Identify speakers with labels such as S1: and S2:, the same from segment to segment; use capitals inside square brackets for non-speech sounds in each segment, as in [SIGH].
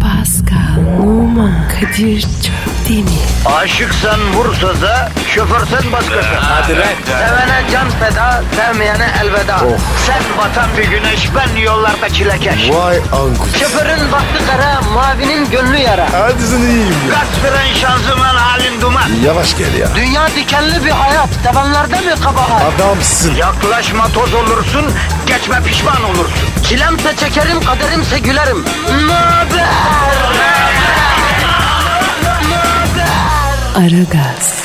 S1: Pascal, Oman, Kadir çok değil mi?
S2: Aşıksan vursa da şoförsen başkasın.
S3: Hadi lan. Oh.
S2: Sevene can feda, sevmeyene elveda. Sen batan bir güneş, ben yollarda çilekeş.
S3: Vay anku.
S2: Şoförün baktı kara, mavinin gönlü yara.
S3: Hadi sen iyiyim ya.
S2: Kasperen şanzıman halin duman.
S3: Yavaş gel ya.
S2: Dünya dikenli bir hayat, sevenlerde mi kabahar?
S3: Adamsın.
S2: Yaklaşma toz olursun, geçme pişman olursun. Çilemse çekerim, kaderimse gülerim. Möber!
S1: Aragaz,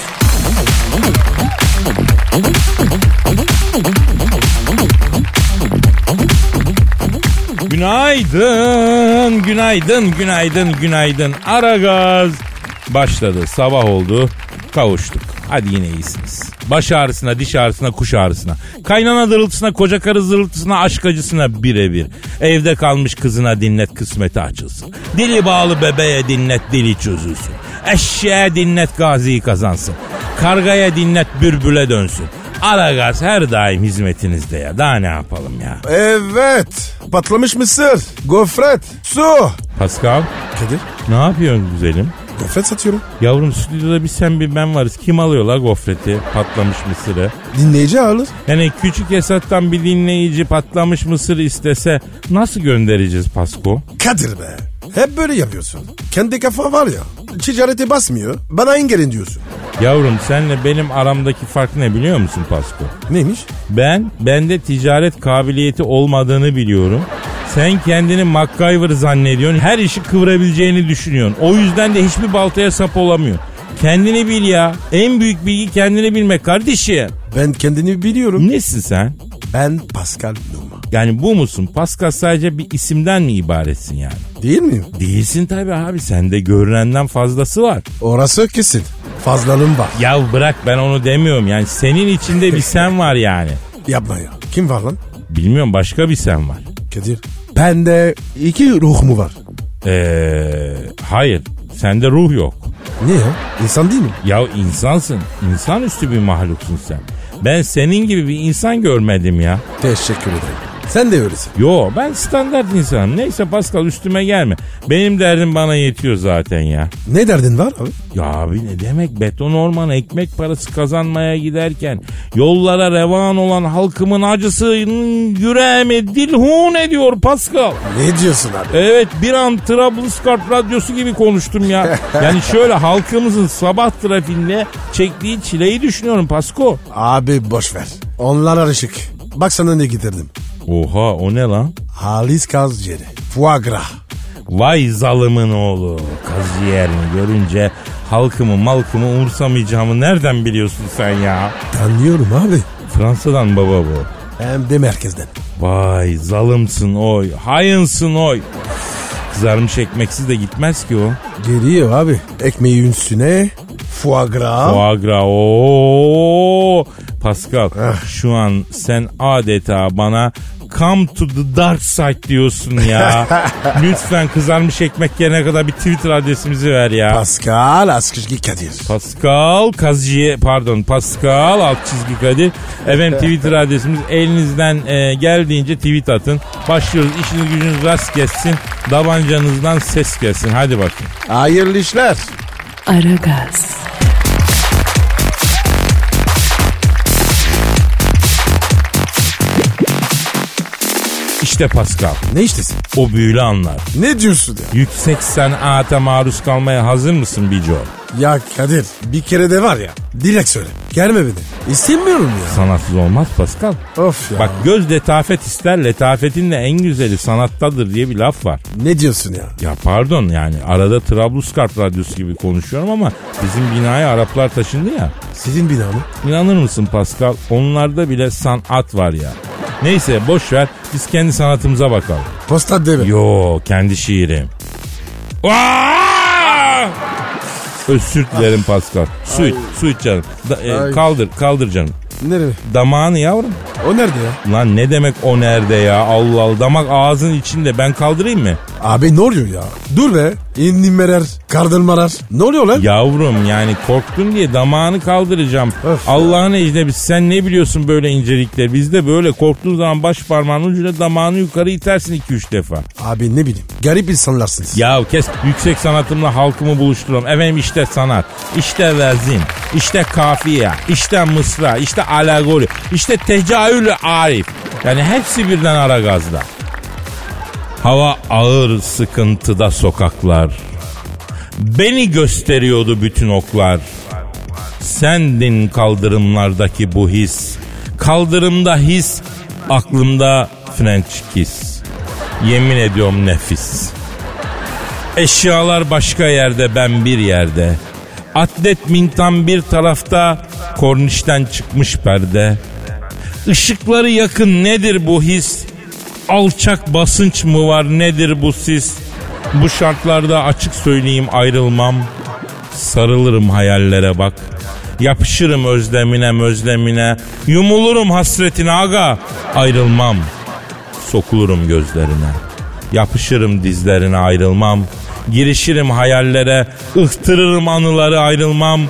S4: Günaydın, günaydın, günaydın, günaydın. Ara gaz başladı. Sabah oldu. Kavuştuk. Hadi yine iyisiniz. Baş ağrısına, diş ağrısına, kuş ağrısına. Kaynana dırıltısına, koca karı zırıltısına, aşk acısına birebir. Evde kalmış kızına dinlet kısmeti açılsın. Dili bağlı bebeğe dinlet dili çözülsün. Eşeğe dinlet gaziyi kazansın. Kargaya dinlet bürbüle dönsün. Aragaz her daim hizmetinizde ya. Daha ne yapalım ya?
S3: Evet. Patlamış mısır. Gofret. Su.
S4: Pascal.
S3: Kadir.
S4: Ne yapıyorsun güzelim?
S3: Gofret satıyorum.
S4: Yavrum stüdyoda bir sen bir ben varız. Kim alıyor la gofreti patlamış mısırı?
S3: Dinleyici alır.
S4: Yani küçük Esat'tan bir dinleyici patlamış mısır istese nasıl göndereceğiz Pasko?
S3: Kadir be. Hep böyle yapıyorsun. Kendi kafa var ya. Ticarete basmıyor. Bana engelin diyorsun.
S4: Yavrum senle benim aramdaki fark ne biliyor musun Pasko?
S3: Neymiş?
S4: Ben, bende ticaret kabiliyeti olmadığını biliyorum. Sen kendini MacGyver zannediyorsun. Her işi kıvırabileceğini düşünüyorsun. O yüzden de hiçbir baltaya sap olamıyorsun. Kendini bil ya. En büyük bilgi kendini bilmek kardeşim.
S3: Ben kendini biliyorum.
S4: Nesin sen?
S3: Ben Pascal Numa.
S4: Yani bu musun? Pascal sadece bir isimden mi ibaretsin yani?
S3: Değil miyim?
S4: Değilsin tabii abi. Sende görünenden fazlası var.
S3: Orası kesin. Fazlalığım var.
S4: Ya bırak ben onu demiyorum. Yani senin içinde bir sen var yani.
S3: Yapma ya. Kim var lan?
S4: Bilmiyorum başka bir sen var.
S3: Kadir. Bende iki ruh mu var?
S4: Ee, hayır. Sende ruh yok.
S3: Niye ya? İnsan değil mi?
S4: Ya insansın. İnsanüstü bir mahluksun sen. Ben senin gibi bir insan görmedim ya.
S3: Teşekkür ederim. Sen de öylesin.
S4: Yo ben standart insanım. Neyse Pascal üstüme gelme. Benim derdim bana yetiyor zaten ya.
S3: Ne derdin var abi?
S4: Ya abi ne demek beton ormana ekmek parası kazanmaya giderken yollara revan olan halkımın acısının yüreğime dilhun ediyor Pascal.
S3: Ne diyorsun abi?
S4: Evet bir an Trablusgarp radyosu gibi konuştum ya. Yani şöyle halkımızın sabah trafiğinde çektiği çileyi düşünüyorum Pasko.
S3: Abi boş ver. Onlar arışık. Bak sana ne getirdim.
S4: Oha o ne lan?
S3: Halis kaz ciğeri. Foie gras.
S4: Vay zalımın oğlu. Kaz yerini görünce halkımı malkımı umursamayacağımı nereden biliyorsun sen ya?
S3: Tanıyorum abi.
S4: Fransa'dan baba bu.
S3: Hem de merkezden.
S4: Vay zalımsın oy, hayınsın oy. Kızarmış ekmeksiz de gitmez ki o.
S3: Geliyor abi. Ekmeği üstüne foie gras.
S4: Foie gras, ooo. Pascal şu an sen adeta bana come to the dark side diyorsun ya. Lütfen kızarmış ekmek gelene kadar bir Twitter adresimizi ver ya.
S3: Pascal Askışki Kadir.
S4: Pascal Kaziye pardon Pascal alt çizgi Kadir. Efendim Twitter adresimiz elinizden e, geldiğince tweet atın. Başlıyoruz. İşiniz gücünüz rast gelsin. Davancanızdan ses gelsin. Hadi bakın.
S3: Hayırlı işler.
S1: Aragaz,
S4: İşte Pascal.
S3: Ne iştesin?
S4: O büyülü anlar.
S3: Ne diyorsun ya?
S4: Yüksek sanata maruz kalmaya hazır mısın Bico?
S3: Ya Kadir bir kere de var ya. Direkt söyle. Gelme beni. İstemiyorum ya.
S4: Sanatsız olmaz Pascal.
S3: Of ya.
S4: Bak göz letafet ister, letafetin de en güzeli sanattadır diye bir laf var.
S3: Ne diyorsun ya?
S4: Ya pardon yani arada Trablusgarp radyosu gibi konuşuyorum ama bizim binaya Araplar taşındı ya.
S3: Sizin bina mı?
S4: İnanır mısın Pascal? Onlarda bile sanat var ya. Neyse boş ver biz kendi sanatımıza bakalım.
S3: Posta deme.
S4: Yo kendi şiirim. Aa! Özür dilerim Pascal. Su iç, su iç canım. Da- e,
S3: Ay.
S4: kaldır, kaldır canım.
S3: Nereye?
S4: Damağını yavrum.
S3: O nerede ya?
S4: Lan ne demek o nerede ya? Allah Allah damak ağzın içinde ben kaldırayım mı?
S3: Abi ne oluyor ya? Dur be. İndim merer, kardım marar. Ne oluyor lan?
S4: Yavrum yani korktun diye damağını kaldıracağım.
S3: Öf ya.
S4: Allah'ın ecnebi sen ne biliyorsun böyle incelikler? Bizde böyle korktuğun zaman baş parmağının ucuyla damağını yukarı itersin 2-3 defa.
S3: Abi ne bileyim. Garip insanlarsınız.
S4: Ya kes yüksek sanatımla halkımı buluşturuyorum. Efendim işte sanat, işte vezin, işte kafiye, işte mısra, işte alegori, işte tecahülü arif. Yani hepsi birden ara gazda. Hava ağır sıkıntıda sokaklar. Beni gösteriyordu bütün oklar. Sendin kaldırımlardaki bu his. Kaldırımda his, aklımda French kiss. Yemin ediyorum nefis. Eşyalar başka yerde ben bir yerde. Atlet mintan bir tarafta kornişten çıkmış perde. Işıkları yakın nedir bu his? Alçak basınç mı var nedir bu sis? Bu şartlarda açık söyleyeyim ayrılmam. Sarılırım hayallere bak. Yapışırım özlemine özlemine. Yumulurum hasretine aga. Ayrılmam. Sokulurum gözlerine. Yapışırım dizlerine ayrılmam. Girişirim hayallere, ıhtırırım anıları ayrılmam.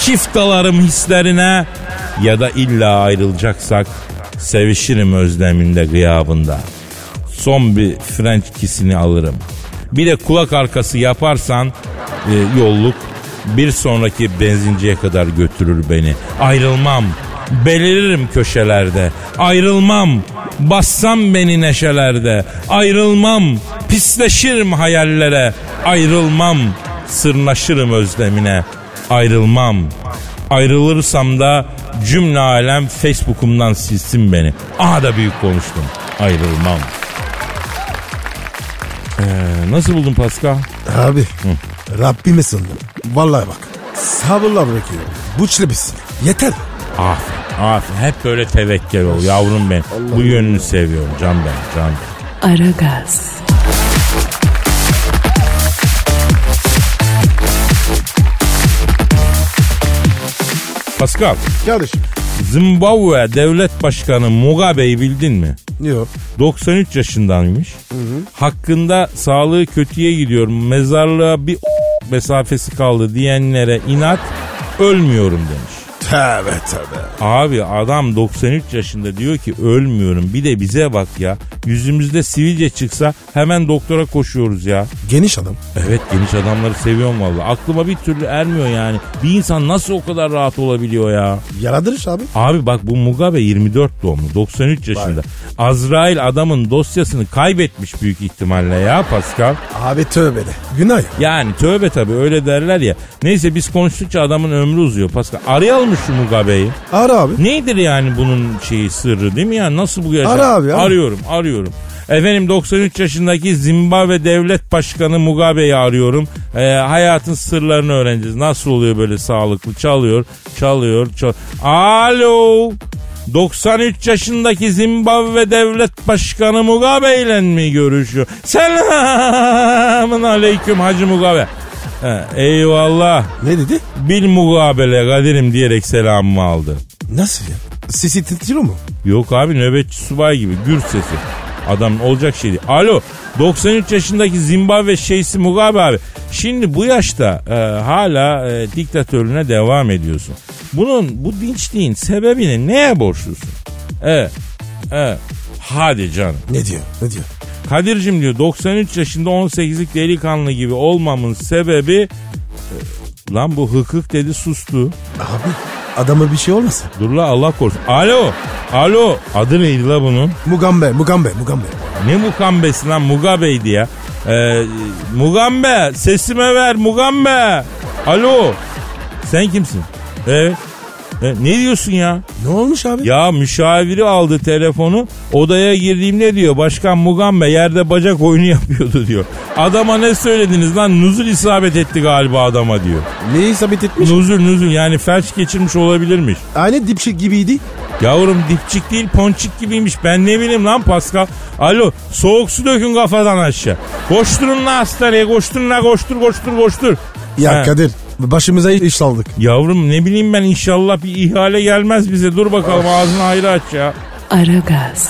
S4: Şiftalarım hislerine ya da illa ayrılacaksak sevişirim özleminde gıyabında. Son bir French kissini alırım. Bir de kulak arkası yaparsan e, yolluk bir sonraki benzinciye kadar götürür beni. Ayrılmam. Beliririm köşelerde. Ayrılmam. Bassam beni neşelerde. Ayrılmam. Pisleşirim hayallere. Ayrılmam. Sırnaşırım özlemine. Ayrılmam. Ayrılırsam da cümle alem Facebook'umdan silsin beni. Aha da büyük konuştum. Ayrılmam. Ee, nasıl buldun Pascal?
S3: Abi. Rabbime sığındım. Vallahi bak. Sabırla bırakıyorum. Buçlu bitsin. Yeter.
S4: Aferin, aferin. Hep böyle tevekkül ol yavrum benim. Bu yönünü seviyorum can ben, can ben.
S1: Aragaz,
S4: Pascal,
S3: Kardeşim.
S4: Zimbabwe Devlet Başkanı Mugabe'yi bildin mi?
S3: Yok.
S4: 93 yaşındaymış. Hakkında sağlığı kötüye gidiyor, mezarlığa bir mesafesi kaldı diyenlere inat ölmüyorum demiş.
S3: Tövbe tövbe.
S4: Abi adam 93 yaşında diyor ki ölmüyorum. Bir de bize bak ya. Yüzümüzde sivilce çıksa hemen doktora koşuyoruz ya.
S3: Geniş adam.
S4: Evet geniş adamları seviyorum valla. Aklıma bir türlü ermiyor yani. Bir insan nasıl o kadar rahat olabiliyor ya?
S3: Yaradırış abi.
S4: Abi bak bu Mugabe 24 doğumlu 93 yaşında. Azrail adamın dosyasını kaybetmiş büyük ihtimalle ya Pascal.
S3: Abi tövbe de. Günah ya.
S4: Yani tövbe tabii öyle derler ya. Neyse biz konuştukça adamın ömrü uzuyor Pascal. Arayalım mı şu Mugabe'yi?
S3: Ara abi.
S4: Nedir yani bunun şeyi sırrı değil mi ya? Nasıl bu yaşam?
S3: Ara abi, ara.
S4: Arıyorum arıyorum. Efendim 93 yaşındaki Zimbabwe Devlet Başkanı Mugabe'yi arıyorum. Ee, hayatın sırlarını öğreneceğiz. Nasıl oluyor böyle sağlıklı? Çalıyor, çalıyor, çalıyor. Alo! 93 yaşındaki Zimbabwe Devlet Başkanı Mugabe ile mi görüşüyor? Selamun aleyküm Hacı Mugabe. Ha, eyvallah.
S3: Ne dedi?
S4: Bil Mugabe'le Kadir'im diyerek selamımı aldı.
S3: Nasıl ya? Sesi titriyor mu?
S4: Yok abi nöbetçi subay gibi gür sesi. Adam olacak şey değil. Alo 93 yaşındaki Zimbabwe şeysi Mugabe abi. Şimdi bu yaşta e, hala e, diktatörlüğüne devam ediyorsun. Bunun bu dinçliğin sebebini neye borçlusun? Evet. Evet. Hadi canım.
S3: Ne diyor? Ne diyor?
S4: Kadir'cim diyor 93 yaşında 18'lik delikanlı gibi olmamın sebebi... e, Lan bu hıkık dedi sustu.
S3: Abi adama bir şey olmasın.
S4: Dur la Allah korusun. Alo. Alo. Adı neydi la bunun?
S3: Mugambe, Mugambe, Mugambe.
S4: Ne Mugambesi lan Mugabe'ydi ya. Ee, Mugambe sesime ver Mugambe. Alo. Sen kimsin? Evet. E, ne diyorsun ya?
S3: Ne olmuş abi?
S4: Ya müşaviri aldı telefonu. Odaya girdiğimde diyor başkan Mugambe yerde bacak oyunu [LAUGHS] yapıyordu diyor. Adama ne söylediniz lan? Nuzul isabet etti galiba adama diyor.
S3: Neyi sabit etmiş?
S4: Nuzul nuzul yani felç geçirmiş olabilirmiş.
S3: Aynı dipçik gibiydi.
S4: Yavrum dipçik değil ponçik gibiymiş. Ben ne bileyim lan Pascal. Alo soğuk su dökün kafadan aşağı. Koşturun la hastaneye koşturun la koştur koştur koştur.
S3: Ya
S4: He.
S3: Kadir başımıza iş saldık.
S4: Yavrum ne bileyim ben inşallah bir ihale gelmez bize. Dur bakalım ağzını ayrı aç ya.
S1: Aragaz,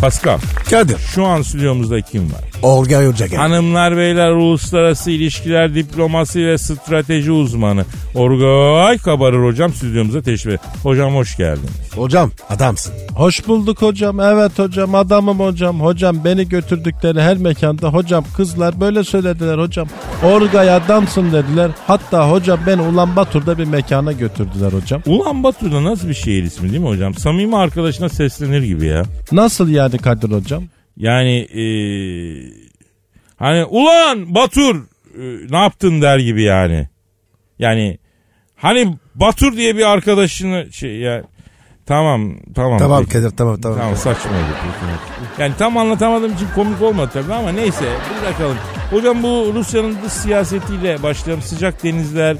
S4: Pascal
S3: Kadir.
S4: şu an stüdyomuzda kim var?
S3: Olga Hoca geldi.
S4: Hanımlar beyler uluslararası ilişkiler diplomasi ve strateji uzmanı Orgay Kabarır hocam stüdyomuza teşvik. Hocam hoş geldiniz.
S3: Hocam adamsın.
S5: Hoş bulduk hocam. Evet hocam. Adamım hocam. Hocam beni götürdükleri her mekanda hocam kızlar böyle söylediler hocam. Orgay adamsın dediler. Hatta hocam beni Ulan Batur'da bir mekana götürdüler hocam.
S4: Ulan Batur'da nasıl bir şehir ismi değil mi hocam? Samimi arkadaşına seslenir gibi ya.
S5: Nasıl yani Kadir hocam?
S4: Yani eee, hani ulan Batur e, ne yaptın der gibi yani. Yani hani Batur diye bir arkadaşını şey ya tamam tamam.
S3: Tamam
S4: Peki.
S3: Kadir tamam tamam.
S4: Tamam saçma oldu. Yani tam anlatamadığım için komik olmadı tabii ama neyse bırakalım. Hocam bu Rusya'nın dış siyasetiyle başlayalım. Sıcak denizler,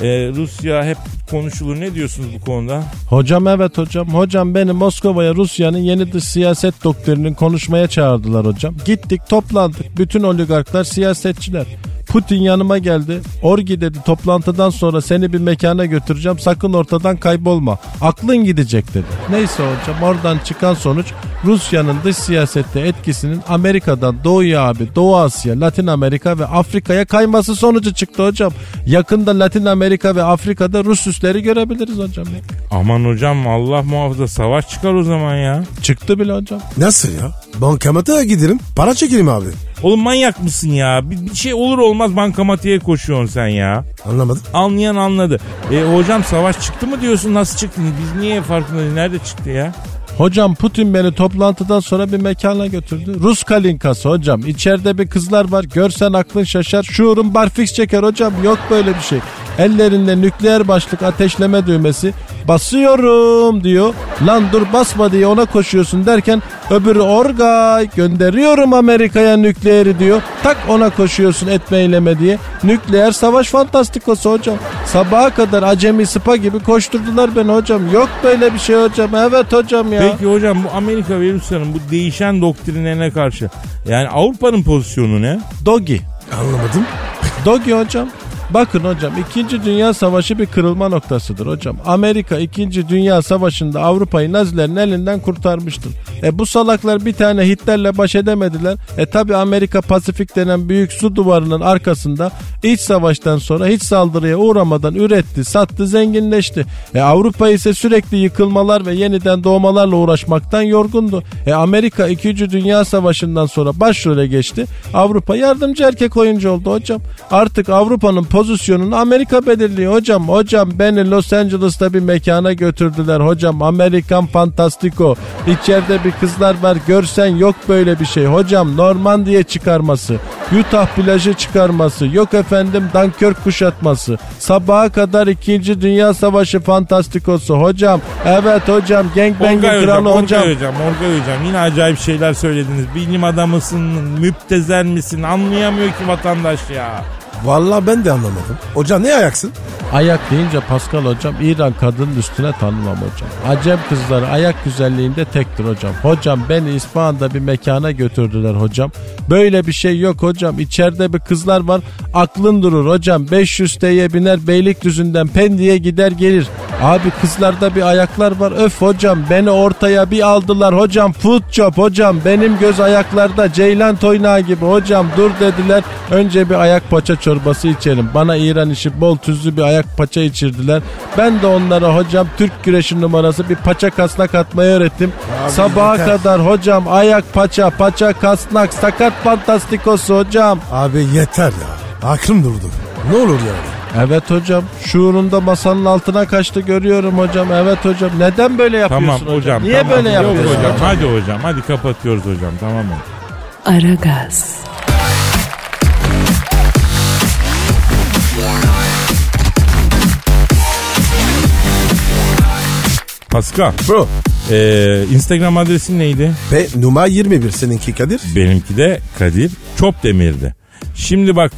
S4: e, Rusya hep konuşulur. Ne diyorsunuz bu konuda?
S5: Hocam evet hocam. Hocam beni Moskova'ya Rusya'nın yeni dış siyaset doktrinini konuşmaya çağırdılar hocam. Gittik toplandık. Bütün oligarklar siyasetçiler. Putin yanıma geldi. Orgi dedi toplantıdan sonra seni bir mekana götüreceğim. Sakın ortadan kaybolma. Aklın gidecek dedi. Neyse hocam oradan çıkan sonuç Rusya'nın dış siyasette etkisinin Amerika'dan Doğu'ya abi Doğu Asya, Latin Amerika ve Afrika'ya kayması sonucu çıktı hocam. Yakında Latin Amerika ve Afrika'da Rus üsleri görebiliriz hocam. ya.
S4: Aman hocam Allah muhafaza savaş çıkar o zaman ya.
S5: Çıktı bile hocam.
S3: Nasıl ya? Bankamata da giderim. Para çekerim abi.
S4: Oğlum manyak mısın ya? Bir, bir şey olur olmaz bankamatiğe koşuyorsun sen ya.
S3: Anlamadım.
S4: Anlayan anladı. E hocam savaş çıktı mı diyorsun? Nasıl çıktı? Biz niye farkında değiliz? Nerede çıktı ya?
S5: Hocam Putin beni toplantıdan sonra bir mekana götürdü. Rus kalinkası hocam. İçeride bir kızlar var. Görsen aklın şaşar. Şuurun barfiks çeker hocam. Yok böyle bir şey. Ellerinde nükleer başlık ateşleme düğmesi. Basıyorum diyor. Lan dur basma diye ona koşuyorsun derken öbürü orgay gönderiyorum Amerika'ya nükleeri diyor. Tak ona koşuyorsun etme eyleme diye. Nükleer savaş fantastikosu hocam. Sabaha kadar acemi sıpa gibi koşturdular beni hocam. Yok böyle bir şey hocam. Evet hocam ya.
S4: Peki hocam bu Amerika ve Rusya'nın bu değişen doktrinlerine karşı yani Avrupa'nın pozisyonu ne?
S5: Dogi.
S3: Anlamadım.
S5: Dogi hocam. Bakın hocam 2. Dünya Savaşı bir kırılma noktasıdır hocam. Amerika 2. Dünya Savaşı'nda Avrupa'yı Nazilerin elinden kurtarmıştır. E bu salaklar bir tane Hitler'le baş edemediler. E tabi Amerika Pasifik denen büyük su duvarının arkasında iç savaştan sonra hiç saldırıya uğramadan üretti, sattı, zenginleşti. E Avrupa ise sürekli yıkılmalar ve yeniden doğmalarla uğraşmaktan yorgundu. E Amerika 2. Dünya Savaşı'ndan sonra başrole geçti. Avrupa yardımcı erkek oyuncu oldu hocam. Artık Avrupa'nın pozisyonunu Amerika belirliyor hocam. Hocam beni Los Angeles'ta bir mekana götürdüler hocam. Amerikan Fantastico. İçeride bir kızlar var görsen yok böyle bir şey. Hocam Normandiya çıkarması, Utah plajı çıkarması, yok efendim Dunkirk kuşatması. Sabaha kadar 2. Dünya Savaşı Fantastikosu hocam. Evet hocam Gangbang'in
S4: Orgay
S5: kralı
S4: Orgay
S5: hocam.
S4: hocam, Orgay hocam. Yine acayip şeyler söylediniz. Bilim adamısın, müptezel misin? Anlayamıyor ki vatandaş ya.
S3: Vallahi ben de anlamadım. Hocam ne ayaksın?
S5: Ayak deyince Pascal hocam İran kadının üstüne tanımam hocam. Acem kızları ayak güzelliğinde tektir hocam. Hocam beni İsfahan'da bir mekana götürdüler hocam. Böyle bir şey yok hocam. İçeride bir kızlar var. Aklın durur hocam. 500 T'ye biner Beylikdüzü'nden Pendik'e gider gelir. Abi kızlarda bir ayaklar var. Öf hocam beni ortaya bir aldılar hocam. Foot job hocam. Benim göz ayaklarda ceylan toynağı gibi hocam. Dur dediler. Önce bir ayak paça çorbası içelim. Bana İran işi bol tuzlu bir ayak paça içirdiler. Ben de onlara hocam Türk güreşi numarası bir paça kasnak atmayı öğrettim. Sabaha
S3: yeter.
S5: kadar hocam ayak paça paça kasnak sakat fantastikosu hocam.
S3: Abi yeter ya. Aklım durdu. Ne olur yani.
S5: Evet hocam şuurunda masanın altına kaçtı görüyorum hocam. Evet hocam neden böyle yapıyorsun
S4: Tamam hocam.
S5: Niye
S4: tamam.
S5: böyle
S4: Yok
S5: yapıyorsun?
S4: hocam. Hadi hocam. Hadi kapatıyoruz hocam. Tamam mı?
S1: Aragaz,
S4: Pascal.
S3: Bro.
S4: Ee, Instagram adresin neydi?
S3: Ve numara 21 seninki Kadir.
S4: Benimki de Kadir Çopdemir'di. Şimdi bak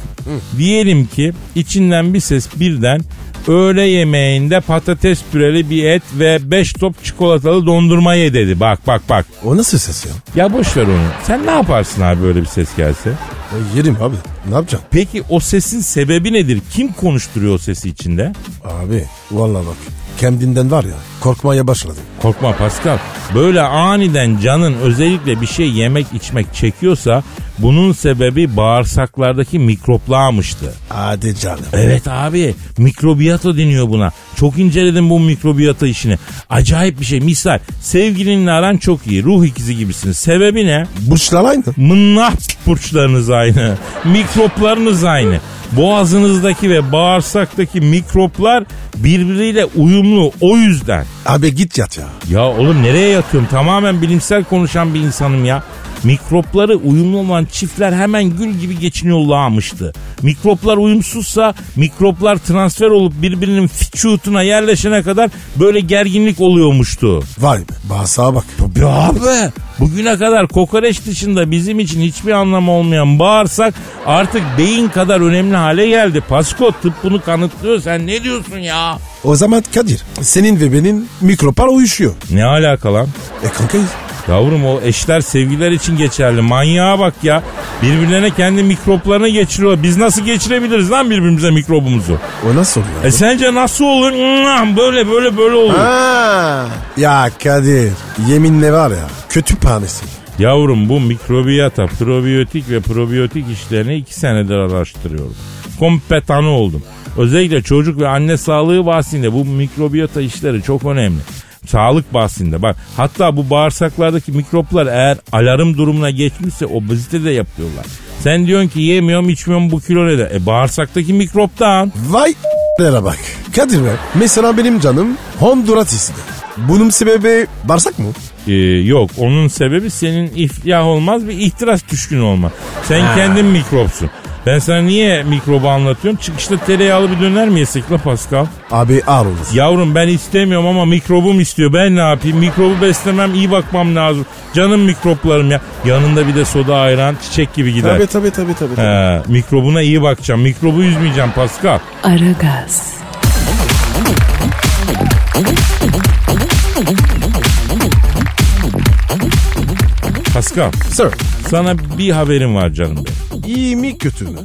S4: diyelim ki içinden bir ses birden Öğle yemeğinde patates püreli bir et ve 5 top çikolatalı dondurma ye dedi. Bak bak bak.
S3: O nasıl ses ya?
S4: Ya boş ver onu. Sen ne yaparsın abi böyle bir ses gelse?
S3: E, yerim abi. Ne yapacağım?
S4: Peki o sesin sebebi nedir? Kim konuşturuyor o sesi içinde?
S3: Abi vallahi bak. Kendinden var ya korkmaya başladım.
S4: Korkma Pascal. Böyle aniden canın özellikle bir şey yemek içmek çekiyorsa bunun sebebi bağırsaklardaki mikroplarmıştı.
S3: Hadi canım.
S4: Evet abi mikrobiyata deniyor buna. Çok inceledim bu mikrobiyata işini. Acayip bir şey. Misal sevgilinle aran çok iyi. Ruh ikizi gibisin. Sebebi ne?
S3: Burçlar aynı.
S4: Mınnah burçlarınız aynı. Mikroplarınız aynı. Boğazınızdaki ve bağırsaktaki mikroplar birbiriyle uyumlu. O yüzden.
S3: Abi git yat ya.
S4: Ya oğlum nereye yatıyorum? Tamamen bilimsel konuşan bir insanım ya. Mikropları uyumlu olan çiftler hemen gül gibi geçiniyorlarmıştı. Mikroplar uyumsuzsa mikroplar transfer olup birbirinin fiçutuna yerleşene kadar böyle gerginlik oluyormuştu.
S3: Vay be. Bağırsağa bak.
S4: Ya abi bugüne kadar kokoreç dışında bizim için hiçbir anlamı olmayan bağırsak artık beyin kadar önemli hale geldi. Pasko tıp bunu kanıtlıyor sen ne diyorsun ya?
S3: O zaman Kadir senin ve benim mikropar uyuşuyor.
S4: Ne alaka lan?
S3: E kankayız.
S4: Yavrum o eşler sevgiler için geçerli. Manyağa bak ya. Birbirlerine kendi mikroplarını geçiriyor. Biz nasıl geçirebiliriz lan birbirimize mikrobumuzu?
S3: O nasıl oluyor?
S4: E sence nasıl olur? Hmm, Böyle böyle böyle olur.
S3: Ha. Ya Kadir yeminle var ya kötü panesi.
S4: Yavrum bu mikrobiyata, probiyotik ve probiyotik işlerini iki senedir araştırıyorum. Kompetanı oldum. Özellikle çocuk ve anne sağlığı bahsinde bu mikrobiyota işleri çok önemli. Sağlık bahsinde bak hatta bu bağırsaklardaki mikroplar eğer alarm durumuna geçmişse obezite de yapıyorlar. Sen diyorsun ki yemiyorum içmiyorum bu kilo ne de. E bağırsaktaki mikroptan.
S3: Vay a**lere bak. Kadir be mesela benim canım Honduras istedi. Bunun sebebi bağırsak mı?
S4: Ee, yok onun sebebi senin iflah olmaz bir ihtiras düşkün olma. Sen kendin mikropsun. Ben sana niye mikrobu anlatıyorum? Çıkışta tereyağlı bir döner mi yesek la Pascal?
S3: Abi ağır olur.
S4: Yavrum ben istemiyorum ama mikrobum istiyor. Ben ne yapayım? Mikrobu beslemem iyi bakmam lazım. Canım mikroplarım ya. Yanında bir de soda ayran çiçek gibi gider.
S3: Tabii tabii tabii tabii. tabii.
S4: He, mikrobuna iyi bakacağım. Mikrobu üzmeyeceğim Pascal.
S1: Aragaz,
S4: Pascal
S3: Sir
S4: sana bir haberim var canım benim.
S3: iyi mi kötü mü?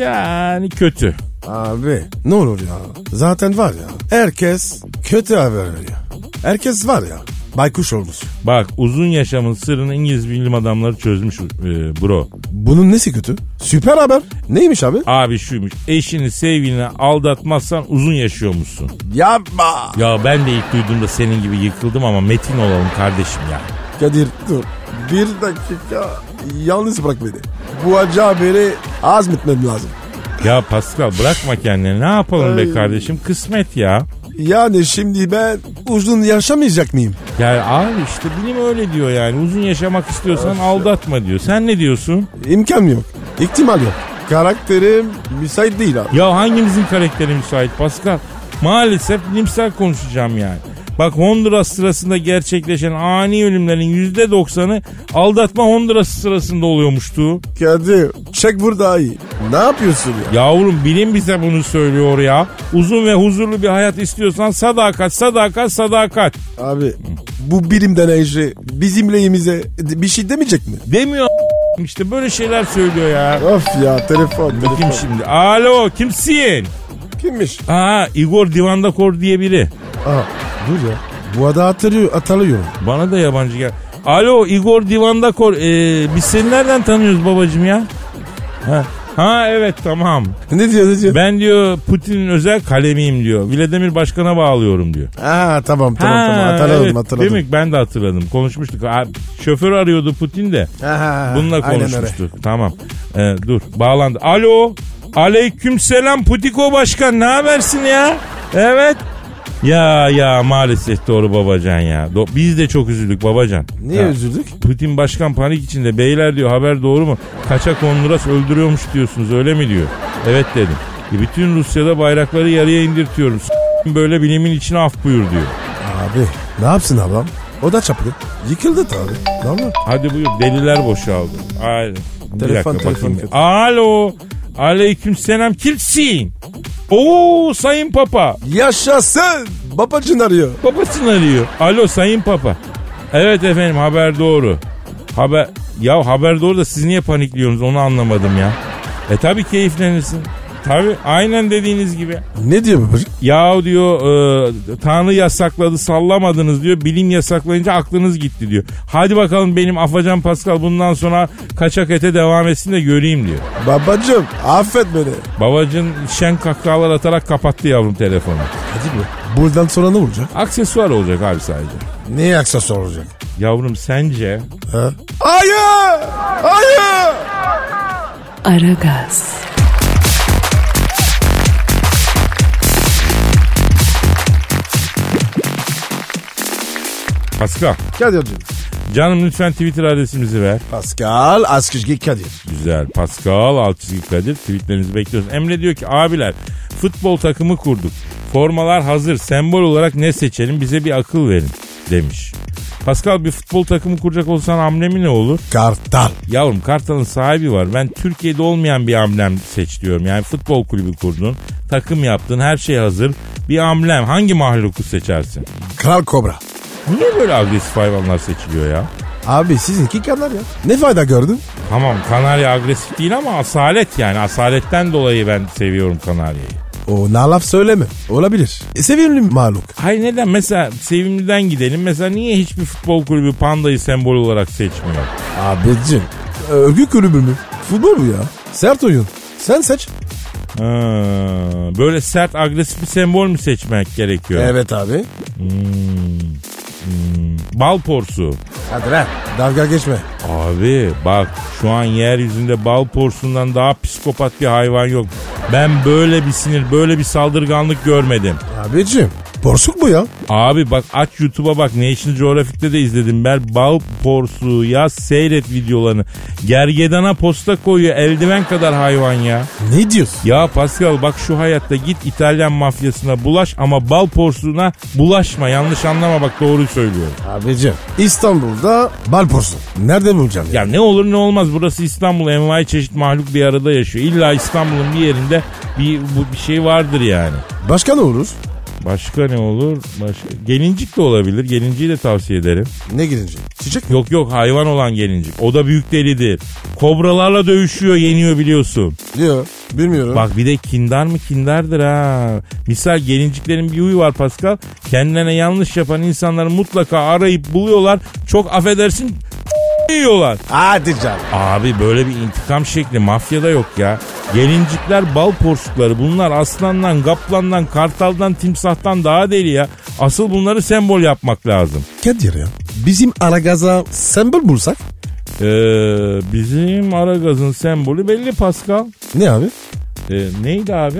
S4: Yani kötü.
S3: Abi ne olur ya. Zaten var ya herkes kötü haber veriyor. Herkes var ya baykuş olmuş.
S4: Bak uzun yaşamın sırrını İngiliz bilim adamları çözmüş e, bro.
S3: Bunun nesi kötü? Süper haber. Neymiş abi?
S4: Abi şuymuş eşini sevgilini aldatmazsan uzun yaşıyormuşsun.
S3: Yapma.
S4: Ya ben de ilk duyduğumda senin gibi yıkıldım ama metin olalım kardeşim ya.
S3: Kadir dur. Bir dakika yalnız bırak beni. Bu acı haberi azmetmem lazım.
S4: Ya Pascal bırakma kendini ne yapalım be kardeşim kısmet ya.
S3: Yani şimdi ben uzun yaşamayacak mıyım?
S4: Ya abi işte bilim öyle diyor yani uzun yaşamak istiyorsan aldatma diyor. Sen ne diyorsun?
S3: İmkan yok. İhtimal yok. Karakterim müsait değil abi.
S4: Ya hangimizin karakteri müsait Pascal? Maalesef bilimsel konuşacağım yani. Bak Honduras sırasında gerçekleşen ani ölümlerin %90'ı aldatma Honduras sırasında oluyormuştu.
S3: Kadir çek burada iyi. Ne yapıyorsun ya?
S4: Yavrum bilim bize bunu söylüyor ya. Uzun ve huzurlu bir hayat istiyorsan sadakat, sadakat, sadakat.
S3: Abi bu bilim deneyici bizim lehimize bir şey demeyecek mi?
S4: Demiyor a- işte böyle şeyler söylüyor ya.
S3: Of ya telefon
S4: Kim
S3: telefon.
S4: şimdi? Alo kimsin?
S3: Kimmiş?
S4: Aa Igor Divandakor diye biri.
S3: Aha dur ya. Bu adı hatırlıyor, hatırlıyorum.
S4: Bana da yabancı gel. Alo Igor Divandakor. Ee, biz seni nereden tanıyoruz babacım ya? Ha, ha evet tamam.
S3: Ne diyor ne diyor?
S4: Ben diyor Putin'in özel kalemiyim diyor. Vladimir Başkan'a bağlıyorum diyor.
S3: Ha tamam tamam
S4: Ha,
S3: tamam hatırladım
S4: evet.
S3: hatırladım.
S4: Demek ben de hatırladım. Konuşmuştuk. Ha, Şoför arıyordu Putin de.
S3: Ha,
S4: Bununla
S3: aynen öyle.
S4: konuşmuştuk. Tamam. Ee, dur. Bağlandı. Alo. Aleyküm selam Putiko Başkan. Ne habersin ya? Evet. Ya ya maalesef doğru babacan ya. Do- Biz de çok üzüldük babacan.
S3: Niye
S4: Ha.
S3: üzüldük?
S4: Putin başkan panik içinde. Beyler diyor haber doğru mu? Kaçak Honduras öldürüyormuş diyorsunuz öyle mi diyor. Evet dedim. E, bütün Rusya'da bayrakları yarıya indirtiyoruz. S- Böyle bilimin içine af buyur diyor.
S3: Abi ne yapsın ablam? O da çapıldı. Yıkıldı tabi. Ne yapalım?
S4: Hadi buyur deliler boşaldı. Aynen. Bir
S3: Telefon,
S4: dakika
S3: telefon
S4: bakayım.
S3: kötü.
S4: Alo. Aleyküm selam kimsin? Oo Sayın Papa.
S3: Yaşasın. Babacın arıyor.
S4: Babasını arıyor. Alo Sayın Papa. Evet efendim haber doğru. Haber ya haber doğru da siz niye panikliyorsunuz onu anlamadım ya. E tabi keyiflenirsin. Tabi aynen dediğiniz gibi.
S3: Ne diyor babacın?
S4: Yahu diyor e, Tanrı yasakladı sallamadınız diyor. Bilim yasaklayınca aklınız gitti diyor. Hadi bakalım benim Afacan Pascal bundan sonra kaçak ete devam etsin de göreyim diyor.
S3: Babacım affet beni.
S4: Babacın şen kahkahalar atarak kapattı yavrum telefonu.
S3: Hadi mi? Buradan sonra ne olacak?
S4: Aksesuar olacak abi sadece.
S3: Niye aksesuar olacak?
S4: Yavrum sence
S3: Ha? Hayır! Hayır!
S1: Aragaz,
S4: Pascal
S3: Kadir'cim.
S4: canım lütfen Twitter adresimizi ver.
S3: Pascal Askışki Kadir.
S4: Güzel Pascal alt çizgi Kadir tweetlerinizi bekliyoruz. Emre diyor ki abiler futbol takımı kurduk. Formalar hazır sembol olarak ne seçelim bize bir akıl verin demiş. Pascal bir futbol takımı kuracak olsan hamlemi ne olur?
S3: Kartal.
S4: Yavrum Kartal'ın sahibi var. Ben Türkiye'de olmayan bir amblem seç diyorum. Yani futbol kulübü kurdun, takım yaptın, her şey hazır. Bir amblem hangi mahluku seçersin?
S3: Kral Kobra.
S4: Niye böyle agresif hayvanlar seçiliyor ya?
S3: Abi sizinki kadar ya. Ne fayda gördün?
S4: Tamam Kanarya agresif değil ama asalet yani. Asaletten dolayı ben seviyorum Kanarya'yı.
S3: O na laf söyleme. Olabilir. E, sevimli maluk.
S4: Hayır neden? Mesela sevimliden gidelim. Mesela niye hiçbir futbol kulübü pandayı sembol olarak seçmiyor?
S3: Abicim. Örgü Ee, kulübü mü? Futbol mu ya? Sert oyun. Sen seç.
S4: Ha, böyle sert agresif bir sembol mü seçmek gerekiyor?
S3: Evet abi.
S4: Bal porsu.
S3: Hadi lan. Dalga geçme.
S4: Abi bak şu an yeryüzünde bal porsundan daha psikopat bir hayvan yok. Ben böyle bir sinir, böyle bir saldırganlık görmedim.
S3: Abicim. Borsuk bu ya.
S4: Abi bak aç YouTube'a bak National Geographic'te de izledim. Ben bal porsuğu yaz seyret videolarını. Gergedana posta koyuyor eldiven kadar hayvan ya.
S3: Ne diyorsun?
S4: Ya Pascal bak şu hayatta git İtalyan mafyasına bulaş ama bal porsuğuna bulaşma. Yanlış anlama bak doğruyu söylüyorum.
S3: Abicim. İstanbul'da bal borsu. Nerede bulacağım ya?
S4: Ya ne olur ne olmaz burası İstanbul envai çeşit mahluk bir arada yaşıyor. İlla İstanbul'un bir yerinde bir, bu, bir şey vardır yani.
S3: Başka ne olur?
S4: Başka ne olur? Başka... Gelincik de olabilir. Gelinciyi de tavsiye ederim.
S3: Ne gidince? Çiçek mi?
S4: Yok yok hayvan olan gelincik. O da büyük delidir. Kobralarla dövüşüyor yeniyor biliyorsun.
S3: Yok. Bilmiyorum.
S4: Bak bir de kindar mı kindardır ha. Misal gelinciklerin bir huyu var Pascal. Kendilerine yanlış yapan insanları mutlaka arayıp buluyorlar. Çok affedersin [LAUGHS] yiyorlar.
S3: Hadi canım.
S4: Abi böyle bir intikam şekli mafyada yok ya. Gelincikler bal porsukları bunlar aslandan, kaplandan, kartaldan, timsahtan daha deli ya. Asıl bunları sembol yapmak lazım.
S3: Kadir ya. Bizim Aragaz'a sembol bulsak?
S4: Ee, bizim Aragaz'ın sembolü belli Pascal.
S3: Ne abi?
S4: Ee, neydi abi?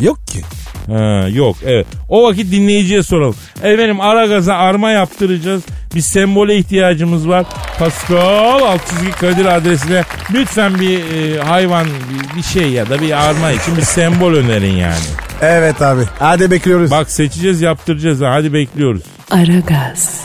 S3: Yok ki.
S4: Ha, yok evet. O vakit dinleyiciye soralım. Efendim Aragaz'a arma yaptıracağız. Bir sembole ihtiyacımız var. Pascal alt çizgi Kadir adresine lütfen bir e, hayvan bir- bir şey ya da bir arma için bir sembol önerin yani.
S3: Evet abi. Hadi bekliyoruz.
S4: Bak seçeceğiz yaptıracağız ha. hadi bekliyoruz.
S1: Aragaz,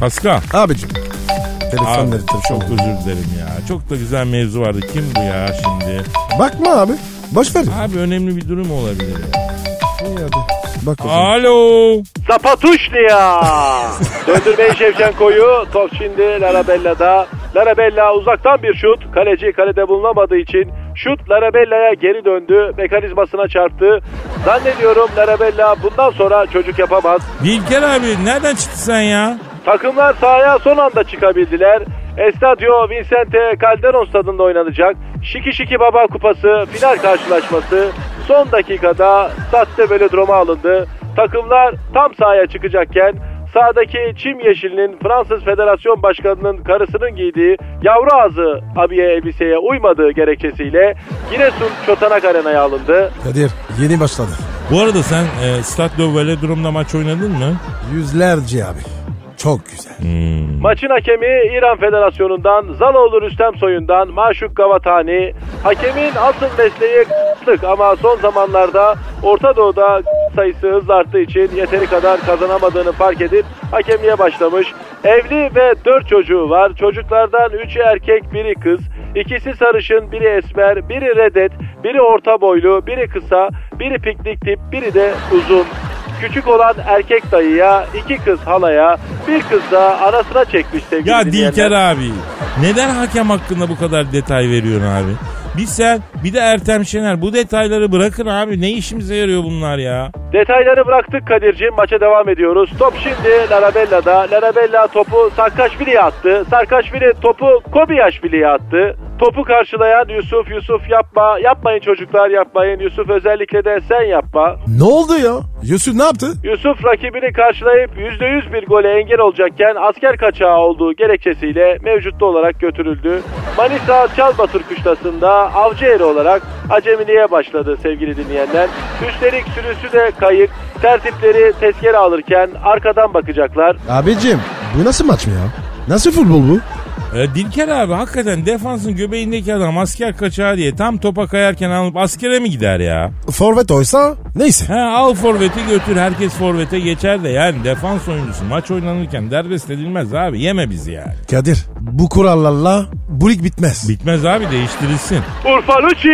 S4: Pascal.
S3: Abicim.
S4: Abi,
S3: Telefonları
S4: çok
S3: telefon.
S4: özür dilerim ya. Çok da güzel mevzu vardı. Kim bu ya şimdi?
S3: Bakma abi. Boş ver.
S4: Abi önemli bir durum olabilir. ya.
S3: İyi hadi. Bak bakalım.
S4: Alo.
S5: Zapatuşlu [LAUGHS] ya. Döndürmeyi Şevçenko'yu. Top şimdi Larabella'da. Larabella uzaktan bir şut. Kaleci kalede bulunamadığı için şut Larabella'ya geri döndü. Mekanizmasına çarptı. Zannediyorum Larabella bundan sonra çocuk yapamaz.
S4: Bilker abi nereden çıktı sen ya?
S5: Takımlar sahaya son anda çıkabildiler. Estadio Vicente Calderon stadında oynanacak Şiki Şiki Baba Kupası final karşılaşması son dakikada Satte Velodrom'a alındı. Takımlar tam sahaya çıkacakken sahadaki çim yeşilinin Fransız Federasyon Başkanı'nın karısının giydiği yavru ağzı abiye elbiseye uymadığı gerekçesiyle Giresun Çotanak Arena'ya alındı.
S3: Kadir yeni başladı.
S4: Bu arada sen e, Stadio Velodrom'da maç oynadın mı?
S3: Yüzlerce abi. Çok güzel.
S5: Maçın hakemi İran Federasyonu'ndan Zaloğlu Rüstem Soyun'dan Maşuk Gavatani. Hakemin asıl mesleği ***lık ama son zamanlarda Orta Doğu'da sayısı hızla arttığı için yeteri kadar kazanamadığını fark edip hakemliğe başlamış. Evli ve 4 çocuğu var. Çocuklardan 3'ü erkek, biri kız. İkisi sarışın, biri esmer, biri redet, biri orta boylu, biri kısa, biri piknik tip, biri de uzun. Küçük olan erkek dayıya, iki kız halaya, bir kız da anasına çekmiş sevgili
S4: Ya
S5: dinleyenler.
S4: Dilker abi neden hakem hakkında bu kadar detay veriyorsun abi? Bir sen bir de Ertem Şener bu detayları bırakın abi ne işimize yarıyor bunlar ya?
S5: Detayları bıraktık Kadir'cim maça devam ediyoruz. Top şimdi Larabella'da. Larabella topu Sarkaşvili'ye attı. Sarkaşvili topu Kobiyaşvili'ye attı. Topu karşılayan Yusuf, Yusuf yapma, yapmayın çocuklar yapmayın. Yusuf özellikle de sen yapma.
S3: Ne oldu ya? Yusuf ne yaptı?
S5: Yusuf rakibini karşılayıp %100 bir gole engel olacakken asker kaçağı olduğu gerekçesiyle mevcutlu olarak götürüldü. Manisa Çalbatır kışlasında avcı eri olarak acemiliğe başladı sevgili dinleyenler. Üstelik sürüsü de kayık, tertipleri tezkere alırken arkadan bakacaklar.
S3: Abicim bu nasıl maç mı ya? Nasıl futbol bu?
S4: E, Dilker abi hakikaten defansın göbeğindeki adam asker kaçağı diye tam topa kayarken alınıp askere mi gider ya?
S3: Forvet oysa neyse.
S4: He al forveti götür herkes forvete geçer de yani defans oyuncusu maç oynanırken derbest edilmez abi yeme bizi yani.
S3: Kadir bu kurallarla bu lig bitmez.
S4: Bitmez abi değiştirilsin.
S5: Urfa Lucci!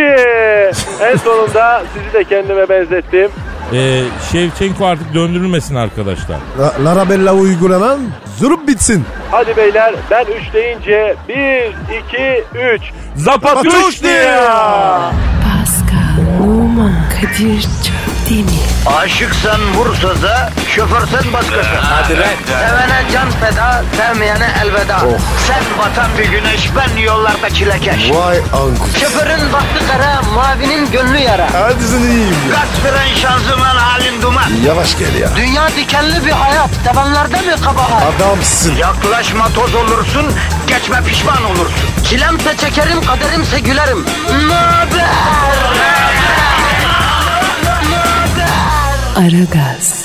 S5: en sonunda sizi de kendime benzettim.
S4: E, Şevçenko artık döndürülmesin arkadaşlar.
S3: La- Larabella uygulanan zurup bitsin.
S5: Hadi beyler ben 3 deyince 1, 2, 3.
S4: Zapatuş
S1: Pascal, Oman, Kadir çok değil mi?
S2: Aşıksan vursa da, şoförsen
S3: Ee,
S2: başkasın. Hadi Sevene can feda, sevmeyene elveda. Sen batan bir güneş, ben yollarda çilekeş.
S3: Oh. Vay anku.
S2: Şoförün baktı kara, mavinin gönlü yara.
S3: Hadi sen iyiyim ya.
S2: Kasperen şanzıman halin duman.
S3: Yavaş gel ya.
S2: Dünya dikenli bir hayat, sevenlerde mi kabahar?
S3: Adamsın.
S2: Yaklaşma toz olursun, geçme pişman olursun. Çilemse çekerim, kaderimse gülerim. Möber!
S1: Aragaz.